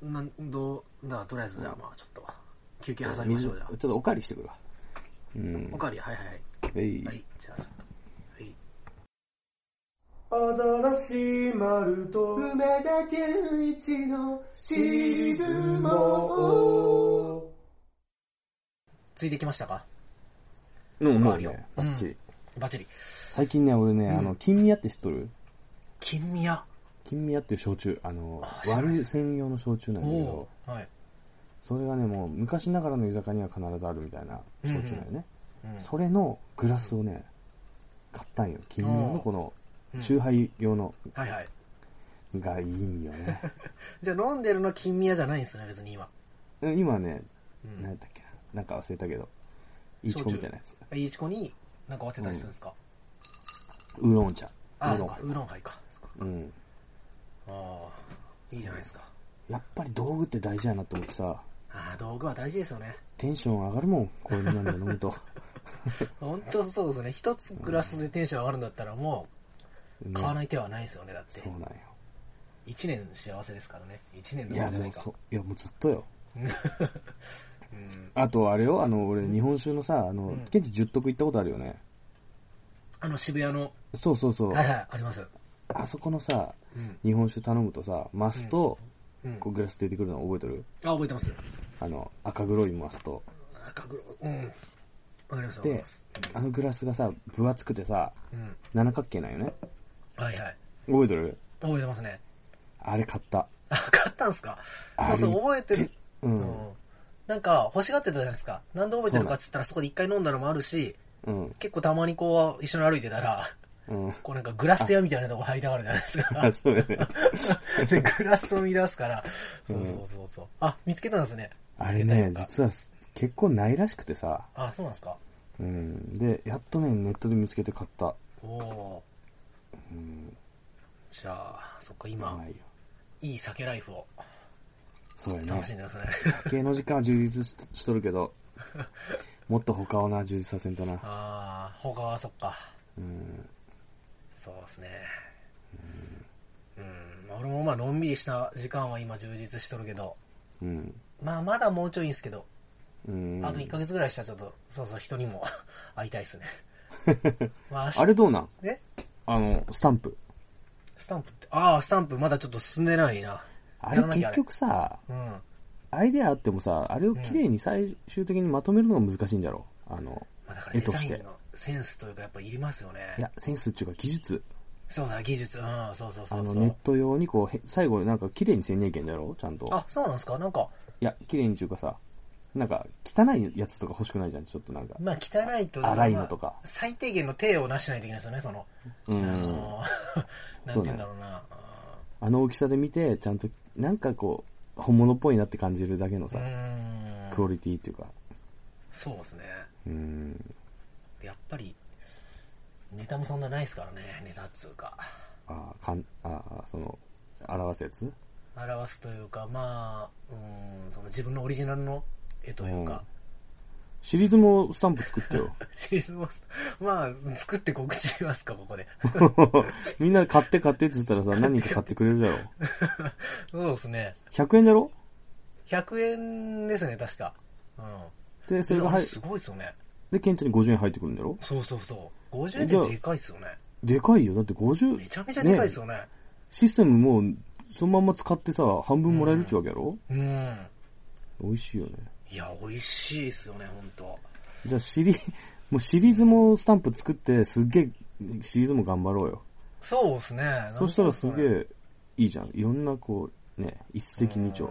S4: なん、どう、だからとりあえず、じゃあまあ、ちょっと、休憩挟みましょう、じゃあ
S3: 水ちょっとおかわりしてくるわ。うん
S4: お。かわり、はいはいはい。
S3: えい。
S4: はい、じゃあちょっと。はい。
S2: アザラシマルと梅田健一のシリーズも
S4: ついてきましたか
S3: うん、も
S4: わ
S3: う
S4: りよ
S3: ね、バッチリ。
S4: バッチリ。
S3: 最近ね、俺ね、あの、金宮って知っとる
S4: 金宮。
S3: 金宮っていう焼酎、あの、
S4: 知らない
S3: 割
S4: で
S3: る専用の焼酎なんだけど
S4: お、ーはい。
S3: それがね、もう昔ながらの居酒屋には必ずあるみたいな焼酎なんよね。
S4: うん
S3: それのグラスをね、買ったんよ。金宮のこの、
S4: うん
S3: チューハイ用の
S4: はいはい。
S3: がいいんよね。
S4: じゃあ飲んでるのは金宮じゃないんですね、別に今。
S3: うん今ね、
S4: うん
S3: 何やったっけな。なんか忘れたけど、いちこみたいなやつ。
S4: いいちこに、なんか当てたりするんですか、
S3: ウーロン茶。
S4: あ
S3: ウ
S4: あ、
S3: ーロ
S4: そ
S3: ン
S4: うか、ウーロンハイか。そっか
S3: うん。
S4: ああ、いいじゃないですか。
S3: やっぱり道具って大事やなと思ってさ、
S4: ああ、道具は大事ですよね。
S3: テンション上がるもん、こういうのなんで飲
S4: (laughs)
S3: むと。
S4: 本当そうですね。一つグラスでテンション上がるんだったらもう、
S3: ね
S4: 買わない手はないですよね、だって
S3: そう。なんよ。
S4: 一年幸せですからね。一年
S3: い
S4: どこ
S3: や、
S4: ろじゃない
S3: も
S4: うか。
S3: そ、いや、もうずっとよ。あと、あれよ、あの、俺、日本酒のさ、あの、現地十徳行ったことあるよね。
S4: あの渋谷の、
S3: そうそうそう。
S4: はいはい、あります。
S3: あそこのさ、
S4: うん
S3: 日本酒頼むとさ、マスと、
S4: うん
S3: こうグラス出てくるの覚えてる
S4: あ、覚えてます。
S3: あの、赤黒いマスと。
S4: 赤黒、うん。わかります、わかり
S3: で
S4: ます。、
S3: あのグラスがさ、分厚くてさ、
S4: うん。
S3: 七角形なんよね。
S4: はいはい。
S3: 覚えてる
S4: 覚えてますね。
S3: あれ買った。
S4: あ、買ったんすかそうそう、覚えてる。
S3: うん
S4: なんか、欲しがってたじゃないですか。何で覚えてるかっつったら、そこで一回飲んだのもあるし、
S3: うん。
S4: 結構たまにこう、一緒に歩いてたら、 (laughs)
S3: うん。
S4: こうなんかグラス屋みたいなとこ入りたがるじゃないです (laughs)
S3: あ、
S4: か。
S3: そうだよね。
S4: で、グラスを見出すから、そうそうそうそう。あ、見つけたんですね。
S3: あれ
S4: 見つけた
S3: ね
S4: や、つか
S3: 実は結構ないらしくてさ、
S4: あ、そうなんですか。
S3: うん。で、やっとね、ネットで見つけて買った。
S4: おお
S3: うん。
S4: ー。じゃあ、そっか、今、
S3: ないよ。
S4: いい酒ライフを
S3: そうや
S4: 楽しん
S3: ね。
S4: でます
S3: (laughs)
S4: ね。
S3: 系の時間は充実ししとる
S4: (laughs)
S3: けど、もっと他をな、充実させんとな。
S4: ああ、他はそっか。
S3: うん。
S4: そうですね。うん。まあ俺もまあ、のんびりした時間は今充実しとるけど、
S3: うん。
S4: まあ、まだもうちょいいんですけど、
S3: うん。
S4: あと1ヶ月ぐらいしたらちょっと、そうそう、人にも (laughs) 会いたい
S3: (laughs)
S4: ですね。まあ、
S3: あれどうなん
S4: ね
S3: あの、スタンプ。
S4: スタンプって、ああ、スタンプまだちょっと進んでないな。
S3: あ
S4: や
S3: れ
S4: らなきゃ
S3: 結局さ、
S4: あれうん。
S3: アイデアあってもさ、あれを綺麗に最終的にまとめるのが難しいんじゃろあの、
S4: まあ、だから
S3: 絵
S4: デ
S3: と
S4: ザ
S3: し
S4: イ
S3: て
S4: ンのセンスというかやっぱいりますよね。
S3: いや、センスっていうか技術。
S4: そうだ、技術。うん、そうそう
S3: あ
S4: そう
S3: の、
S4: そ
S3: ネッ
S4: う。
S3: ト用にこうへ、最後なんか綺麗にせんにゃいけんじゃろちゃんと。
S4: あ、そうなんですかなんか、
S3: いや、綺麗にっていうかさ、なんか、汚いやつとか欲しくないじゃん、ちょっとなんか。
S4: まあ、汚いとうか
S3: 粗いのとか
S4: まあ最低限の手をなしてないといけないですよね、その。
S3: う
S4: あ
S3: ん。
S4: の (laughs) ーなんて言うんだろうな。
S3: あの大きさで見て、ちゃんと、なんかこう、本物っぽいなって感じるだけの
S4: う
S3: さ、
S4: ん。
S3: クオリティっていうか。
S4: そうですね。
S3: うん。
S4: やっぱり、ネタもそんなないですからね、ネタっつうか。
S3: あーかん、あーその、表すやつ
S4: 表すというか、まあ、うん、その自分のオリジナルの絵というか、
S3: シリーズもスタンプ作ってよ。
S4: シリーズも、まあ、作って告知しますか、ここ
S3: (laughs)
S4: で。
S3: (laughs) みんな買って買ってって言ったらさ、何人か買ってくれるだろ。
S4: そうですね。
S3: 100円だろ
S4: 100円ですね、確か。うん。
S3: で、それが
S4: あれ
S3: 入
S4: すごいですよね。
S3: で、ケンちゃんに50円入ってくるんだろ
S4: そうそうそう。50円ってでかいですよね。
S3: でかいよ。だって
S4: め
S3: 50、
S4: ちゃめちゃでかいですよね。
S3: システムもう、そのまんま使ってさ、半分もらえるっちゅうわけやろ、
S4: うん。
S3: 美味しいよね。
S4: いや、美味しいですよね、ほんと。
S3: じゃあ、シリ、 (laughs) もうシリーズもスタンプ作って、すっげえ、シリーズも頑張ろうよ。
S4: そうですね。
S3: そしたらすげ
S4: え。
S3: え、いいじゃん。いろんな、こう、ね、一石二鳥。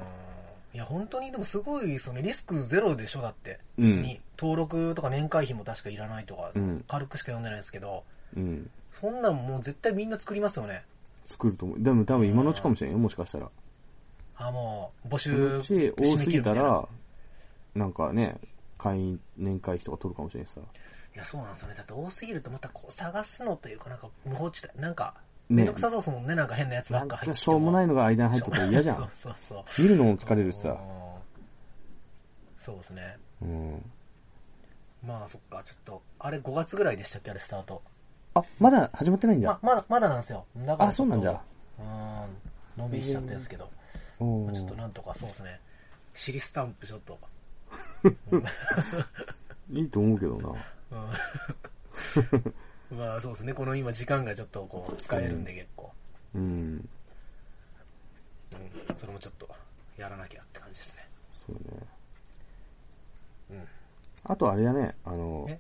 S4: いや、本当に、でもすごい、そのリスクゼロでしょ、だって。
S3: うん
S4: 別に、登録とか年会費も確かいらないとか、
S3: うん
S4: 軽くしか読んでないですけど、
S3: うん。
S4: そんなんもう絶対みんな作りますよね。
S3: 作ると思う。でも多分今のうちかもしれんよ、もしかしたら。
S4: あ、もう、募
S3: そ
S4: 集
S3: のうち、多
S4: 締
S3: す
S4: め切
S3: ぎ
S4: るみ
S3: た
S4: いな。
S3: ら、なんかね、会員、年会費とか取るかもしれんしさ。
S4: いや、そうなんですよね。だって多すぎるとまたこう、探すのというか、なんか、無法地帯。なんか、
S3: ね
S4: めんどくさそうですもんね、なんか変なやつば
S3: な
S4: っ
S3: ん
S4: か入って
S3: かしょうもない
S4: の
S3: のが間に入ってたら嫌じゃ。
S4: そうんそうそう。
S3: 見るのも疲れるしさ。
S4: うんそうですね。
S3: うん。
S4: まあ、そっか、ちょっと、あれ5月ぐらいでしたっけ、あれスタート。
S3: あ、まだ始まってないん
S4: ま
S3: だ。
S4: まだ、まだなんですよ。だから
S3: あ、そうなんじゃ。。
S4: うーん、のんびりしちゃってるんですけど、
S3: お
S4: まあ、ちょっと
S3: ー
S4: なんとかそうですね、尻スタンプちょっと、
S3: いいと思うけどな。 (laughs)
S4: うん、まあそうですね、この今時間がちょっとこう使えるんで結構、
S3: うん。
S4: うん、それもちょっとやらなきゃって感じですね。
S3: そうね。
S4: うん
S3: あとあれやね、あの
S4: え、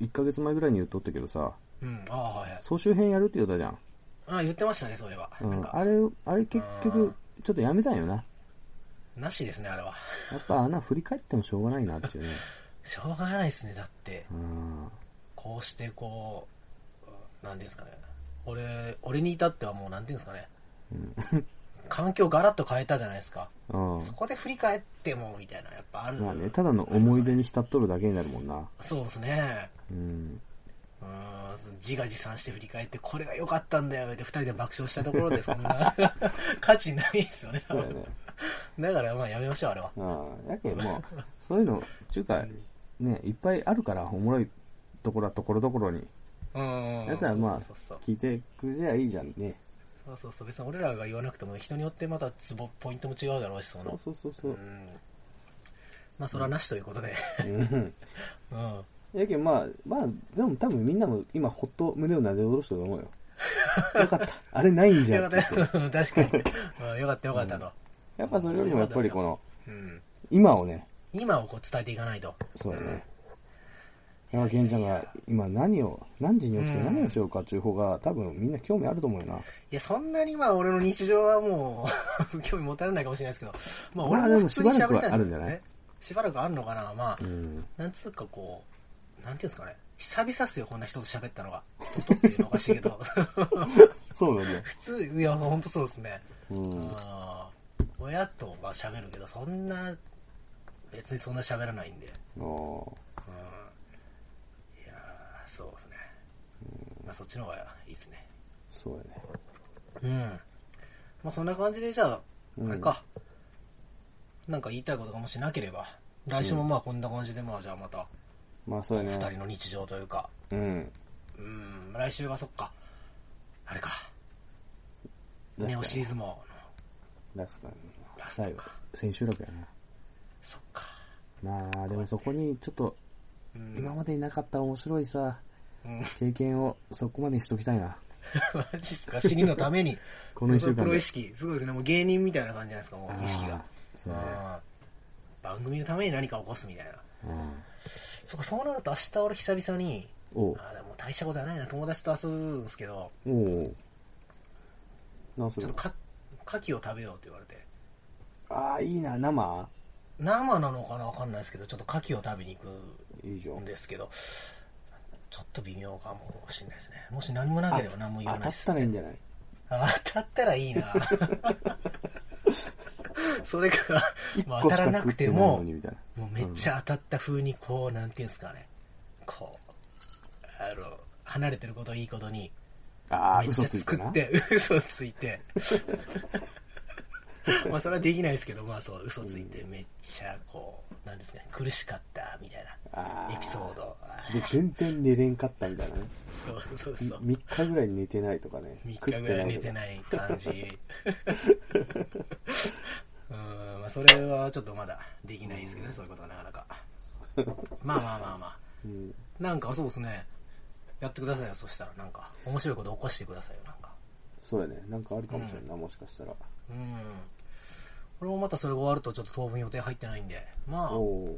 S3: 1ヶ月前ぐらいに言っとったけどさ、
S4: うん、ああ、はいはい。
S3: 総集編やるって言ったじゃん。
S4: ああ、言ってましたね、そういえば。
S3: う
S4: なん
S3: ん。
S4: か、
S3: あれ、あれ結局、ちょっとやめたんよな。
S4: なしですね、あれは。
S3: やっぱ穴振り返ってもしょうがないなっていうね。
S4: しょうがないですね、だって、
S3: うん。
S4: こうしてこう、なんていうんですかね、俺、俺に至ってはもうなんていうんですかね、環境ガラッと変えたじゃないですか。
S3: うん。
S4: そこで振り返っても、みたいな、やっぱある。
S3: まあね、ただの思い出に浸っとるだけになるもんな。
S4: そうですね。
S3: うん。
S4: うーん、自画自賛して振り返って、これが良かったんだよ、って二人で爆笑したところで、そん
S3: (laughs)
S4: な、価値ないですよね、多
S3: そうだ
S4: 分
S3: ね。
S4: だから、まあやめましょう、あれは。
S3: ああ、やけんもう、そういうの、ちゅうか、ね、いっぱいあるから、おもろいところはところどころに。
S4: うん。
S3: だったらまあ
S4: そうそうそう、
S3: 聞いてくれりゃいいじゃんね。
S4: そうそうそう、別に俺らが言わなくても、人によってまたツボ、ポイントも違うだろうし、そ
S3: そう
S4: の。
S3: そうそうそう
S4: う。ん。まあ、それはなしということで。
S3: うん。
S4: うん。
S3: やけんまあ、まあ、でも多分みんなも今、ほっと胸をなで下ろしたと思う
S4: (laughs)
S3: よ。よかった。あれないんじ
S4: よ
S3: ゃ
S4: か
S3: ん。
S4: ったよ、 (laughs) 確かに。うんよかった、よかったと。
S3: やっぱそれよりもやっぱりこの、
S4: うん。
S3: 今をね、
S4: 今をこう伝えていかないと。
S3: そうだね。山健ちゃんが今何を、何時に起きて何をしようかっていう方が多分みんな興味あると思うよな。
S4: いや、そんなにまあ俺の日常はもう、 (laughs) 興味持たれないかもしれないですけど、まあ
S3: ま
S4: 俺
S3: あ
S4: も普通に喋りたい
S3: でもしばらくはあるんじゃない
S4: えしばらくあるのかなまあ
S3: う、ん。
S4: なんつうかこう、なんていうんですかね。久々っすよ、こんな人と喋ったのが。人とっていうのおかしいけど。 (laughs)
S3: そうだね。
S4: 普通、いや、ほんとそうですね。
S3: うん。
S4: あー親とは喋るけど、そんな、別にそんな喋らないんで。
S3: おー
S4: うん。いやーそうですね。まあそっちの方がいいですね。
S3: そうやね。
S4: うん。まあそんな感じで、じゃあ、
S3: うん
S4: あれか。なんか言いたいことがもしなければ、来週もまあこんな感じで、まあじゃあまた、
S3: まあそうや
S4: 二人
S3: ね。
S4: の日常というか、
S3: うん。
S4: うん、来週がそっか。あれか。
S3: ラ
S4: ネオ
S3: ス
S4: シ
S3: トや
S4: ーズも、
S3: なラストやね
S4: ラストか
S3: 最後。千秋楽やな。
S4: そっか。
S3: まあでもそこにちょっと
S4: うん
S3: 今までになかった面白いさ、
S4: うん (laughs)
S3: 経験をそこまでにしときたいな。
S4: マジっすか死にのために。
S3: この一週間で
S4: プロ意識。すごいですね。もう芸人みたいな感じじゃないですか、も
S3: あ
S4: う意識が
S3: あ。そうね
S4: うん番組のために何か起こすみたいな。
S3: うん。
S4: そっか、そうなると明日俺久々に、
S3: おう
S4: あーでも大したことはないな、友達と遊ぶんですけど、
S3: おうなんす
S4: ちょっと
S3: る
S4: か、牡蠣を食べようって言われて。
S3: ああ、いいな、生
S4: 生なのかなわかんないですけど、ちょっと牡蠣を食べに行く
S3: いいじゃ
S4: ん
S3: ん。
S4: ですけど、ちょっと微妙かもしれないですね。もし何もな
S3: あ
S4: ければ何も言わ
S3: 当
S4: ない
S3: たっ
S4: です
S3: た。らいいんじゃない
S4: あ当たったらいい (laughs) なそれか、まあ、当たらなくて
S3: 一個しか食ってないの
S4: も
S3: にみたいな
S4: もうめっちゃ当たった風にこう、なんていうんですかねこうあの離れてることをいいことに
S3: ああ、
S4: めっ
S3: 嘘
S4: ちゃ
S3: ついて
S4: 作
S3: な
S4: っ。て (laughs) 嘘ついてまあそれはできないですけどまあそう嘘ついてめっちゃこうなんですかね苦しかったみたい
S3: あ
S4: な
S3: ー
S4: エピソードあ
S3: で、全然寝れんかったみたいなね。
S4: ーそうそうそう
S3: 3日ぐらい寝てないとかね。
S4: 3日ぐらい寝て
S3: い。
S4: ない感じ
S3: (laughs)
S4: うーんまあそれはちょっとまだできないですけどねそういうことはなかなかまあまあまあまあ
S3: うん。
S4: なんかそうですねやってくださいよそしたらなんか面白いこと起こしてくださいよなんか
S3: そうやね。なんかあるかもしれんな、もしかしたら。
S4: うん俺もまたそれが終わるとちょっと当分予定入ってないんでま
S3: お
S4: あ
S3: お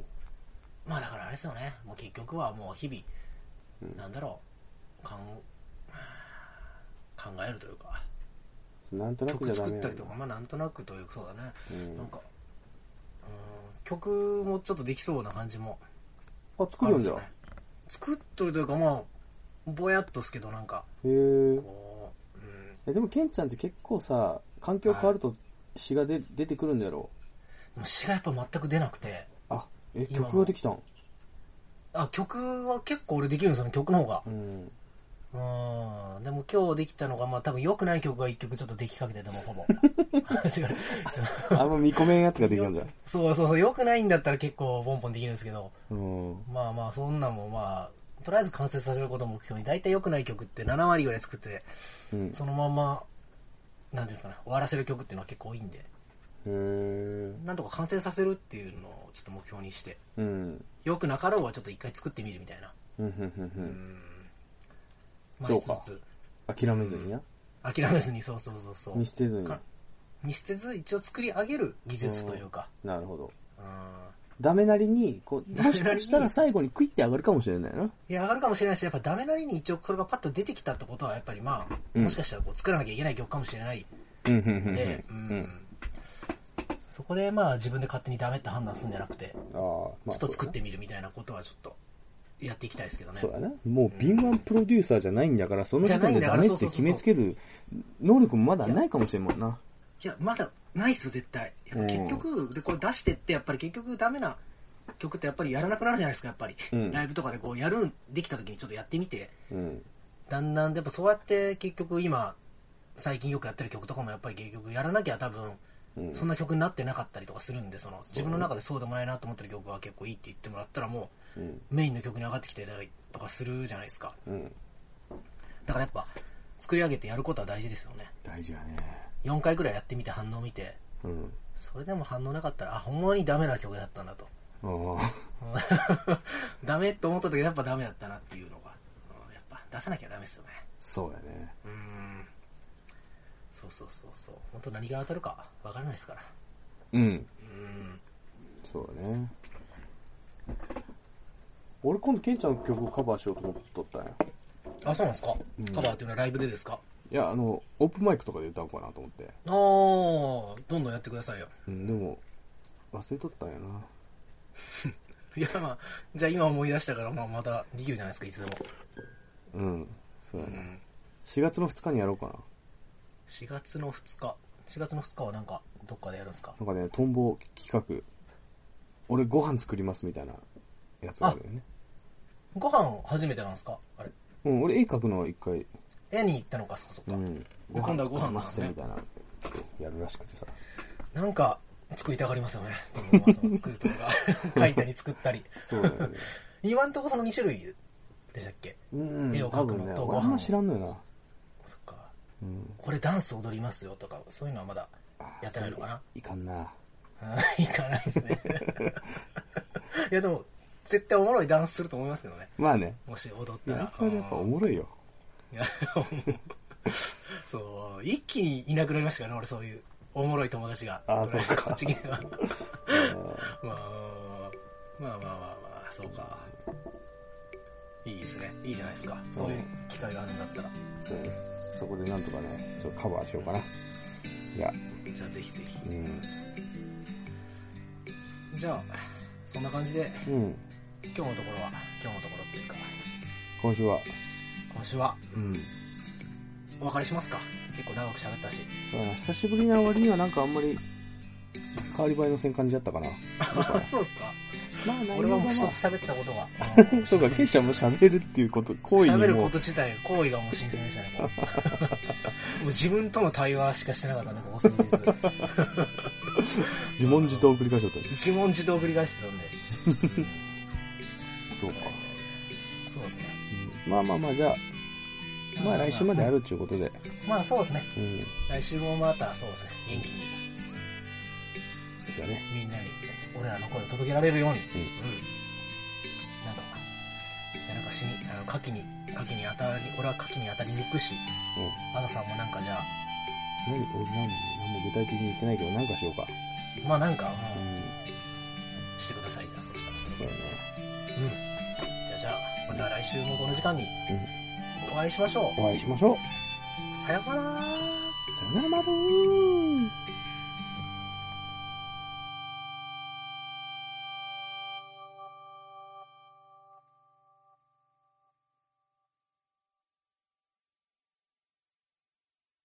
S4: まあだからあれですよねもう結局はもう日々、なんだろうかん考えるというか
S3: うなんとなく
S4: 曲
S3: じゃダメ
S4: 作っ
S3: や
S4: た
S3: な
S4: りとか、まあなんとなくというかそうだね、
S3: うん
S4: なんか、うん、曲もちょっとできそうな感じも
S3: あ、
S4: あ
S3: 作
S4: るん
S3: るん
S4: です
S3: だ
S4: よ
S3: よ
S4: ね。。作っとるというか、まあ、ぼやっとっすけど、なんか、
S3: へー
S4: こう、うん、
S3: え。でも、ケンちゃんって結構さ、環境変わると詩が出出てくるんだろ
S4: でも詩がやっぱ全く出なくて、
S3: あ、え、
S4: 今も
S3: 曲はできたん
S4: あ、曲は結構俺できるんですよね、曲の方が
S3: う。ん。
S4: うん、でも今日できたのが、まあ多分良くない曲が一曲ちょっとできかけてても、ほぼ。 (laughs) 違う
S3: あんま見込めんやつができたんだ。
S4: (laughs) そうそうそう、良くないんだったら結構ボンボンできるんですけど、
S3: うん。
S4: まあまあそんなんもまあとりあえず完成させることを目標に大体良くない曲って7割ぐらい作って
S3: うん。
S4: そのままなんていうんですかね終わらせる曲っていうのは結構多いんで
S3: へー
S4: なんとか完成させるっていうのをちょっと目標にして
S3: うん。
S4: 良くなかろうはちょっと一回作ってみるみたいな
S3: うん、うん、うん、う。
S4: うんんまあ
S3: そ
S4: し
S3: うか
S4: つつ
S3: 諦めずにな。
S4: 諦めずにそうそうそうそう
S3: 見捨てずに。
S4: か見捨てず一応作り上げる技術というか
S3: なるほど。
S4: うん
S3: ダメなりに、こう、
S4: ダメな
S3: も
S4: り
S3: し
S4: に
S3: かしたら最後にクイって上がるかもしれないな。
S4: いや上がるかもしれないしやっぱダメなりに一応これがパッと出てきたってことはやっぱりまあ
S3: うん
S4: もしかしたらこう作らなきゃいけない曲かもしれない
S3: うん、うん、
S4: で、う
S3: うん
S4: ん、そこでまあ自分で勝手にダメって判断するんじゃなくて、
S3: ああ、
S4: ち
S3: まあ。
S4: ょっと作ってみるみたいなことはちょっとやっていきたいですけどね。
S3: そうだな。もう敏腕プロデューサーじゃないんだから、その時点で
S4: じゃ
S3: ダ
S4: ないんだから
S3: メって決めつける能力もまだないかもしれんもんな。
S4: いや、まだないっすよ、絶対。やっぱ結局、で、これ出してって、やっぱり結局ダメな曲ってやっぱりやらなくなるじゃないですか、やっぱり。
S3: うん
S4: ライブとかでこうやる、できた時にちょっとやってみて、
S3: うん。
S4: だんだん、やっぱそうやって結局今、最近よくやってる曲とかもやっぱり結局やらなきゃ多分、
S3: うん
S4: そんな曲になってなかったりとかするんで、その、自分の中でそうでもないなと思ってる曲が結構いいって言ってもらったらもう、
S3: うん。
S4: メインの曲に上がってきてたりとかするじゃないですか。
S3: うん。
S4: だからやっぱ、作り上げてやることは大事ですよね。
S3: 大事やね。
S4: 4回くらいやってみて反応見て、
S3: うん。
S4: それでも反応なかったら、あ、ほんまにダメな曲だったんだと。 (laughs)
S3: ああ。
S4: うんダメと思った時やっぱダメだったなっていうのが、うんやっぱ出さなきゃダメですよね。
S3: そうやね。
S4: うーん。そうそうそうそう。本当何が当たるかわからないですから。
S3: うん。
S4: うん。
S3: そうだね。俺今度ケンちゃんの曲をカバーしようと思っとったんや。
S4: あ、そうなんですか、カバーっていうのはライブでですか
S3: いや、あの、オープンマイクとかで歌おうかなと思って。
S4: あー、どんどんやってくださいよ。 (laughs)
S3: うん、でも、忘れとったんやな。
S4: いや、まあ、じゃあ今思い出したから、まあまたできるじゃないですか、いつでも。
S3: うん。そうや
S4: う
S3: な。
S4: ん。
S3: 4月の2日にやろうかな。
S4: 4月の2日。4月の2日はなんか、どっかでやるんですか
S3: なんかね、トンボ企画。俺ご飯作りますみたいなやつがあるよね。
S4: ご飯初めてなんですかあれ。
S3: うん、俺絵描くのは一回、
S4: 絵に行ったのか、そっかそっ
S3: う
S4: か。
S3: ん、
S4: 今度はご飯なのね
S3: 作りますみたいな、やるらしくてさ。
S4: なんか、作りたがりますよね。ドラゴンボールその作るとか、 (laughs) 書いたり作ったり。
S3: そうだよね。
S4: 今んとこその2種類でしたっけ
S3: うん、
S4: 絵を描くのと
S3: 多分ね
S4: ご飯を
S3: 俺あんま知らんのよな。
S4: そっか。
S3: うん。
S4: これダンス踊りますよとか、そういうのはまだやってないのかな。
S3: いかんな。
S4: うんいかないですね。いやでも、絶対おもろいダンスすると思いますけどね。
S3: まあね。
S4: もし踊っ
S3: い
S4: た
S3: や、あ
S4: ら
S3: い。つはやっぱおもろいよ。
S4: いやそう、一気にいなくなりましたからね、俺そういう、おもろい友達が。
S3: あーそうですか
S4: こっちには。
S3: う
S4: まあ、まあまあまあまあ、そうか。いいですね。いいじゃないですか。そういう機会があるんだったら。
S3: んそうです。そこでなんとかね、ちょっとカバーしようかな。いや、
S4: じゃあぜひぜひ。
S3: うん。
S4: じゃあ、そんな感じで、
S3: うん。
S4: 今日のところは、今日のところっていうか、
S3: 今週は、
S4: 今週は
S3: うん。
S4: お別れしますか。結構長く喋った
S3: (laughs)
S4: し。
S3: そうだな、久しぶりな割にはなんかあんまり、変わり映えのせん感じだったかな。
S4: そうですか。
S3: まあ、
S4: 俺はもう
S3: そ
S4: 人
S3: う
S4: と喋ったことが。
S3: (laughs) そうか、ケイちゃんも喋るっていうこと、行為
S4: 喋
S3: に
S4: る
S3: も
S4: こ、と自体、行為がもう新鮮でしたね、もうも
S3: (laughs)
S4: う自分との対話しかしてなかったね、ここ数日。
S3: 自問自答を繰り返しちゃったね
S4: 自問自答を繰り返してたんで。
S3: そうか。
S4: そうですね。
S3: うんまあまあまあ、じゃあ、まあ来週まであ
S4: る。
S3: るっていうことで、
S4: まあそうですね。
S3: うん。
S4: 来週もまた、そうですね。元気に、
S3: じゃあね、
S4: みんなに、俺らの声を届けられるように。
S3: うん
S4: なんか、いやなんかしに、あの、牡蠣に、牡蠣に当たり、俺は牡蠣に当たりに行くし、
S3: うん。
S4: アナさんもなんかじゃあ、
S3: 何、俺何、何も具体的に言ってないけど、何かしようか。
S4: まあなんか、
S3: う
S4: も
S3: ん。
S4: う、してください、じゃあ、そしたらそれで
S3: そうだね。
S4: うん。じゃあじゃあ、また来週もこの時間にお会いしましょ
S3: お会いしましょう。
S4: う。さようなら
S3: さよならまるー。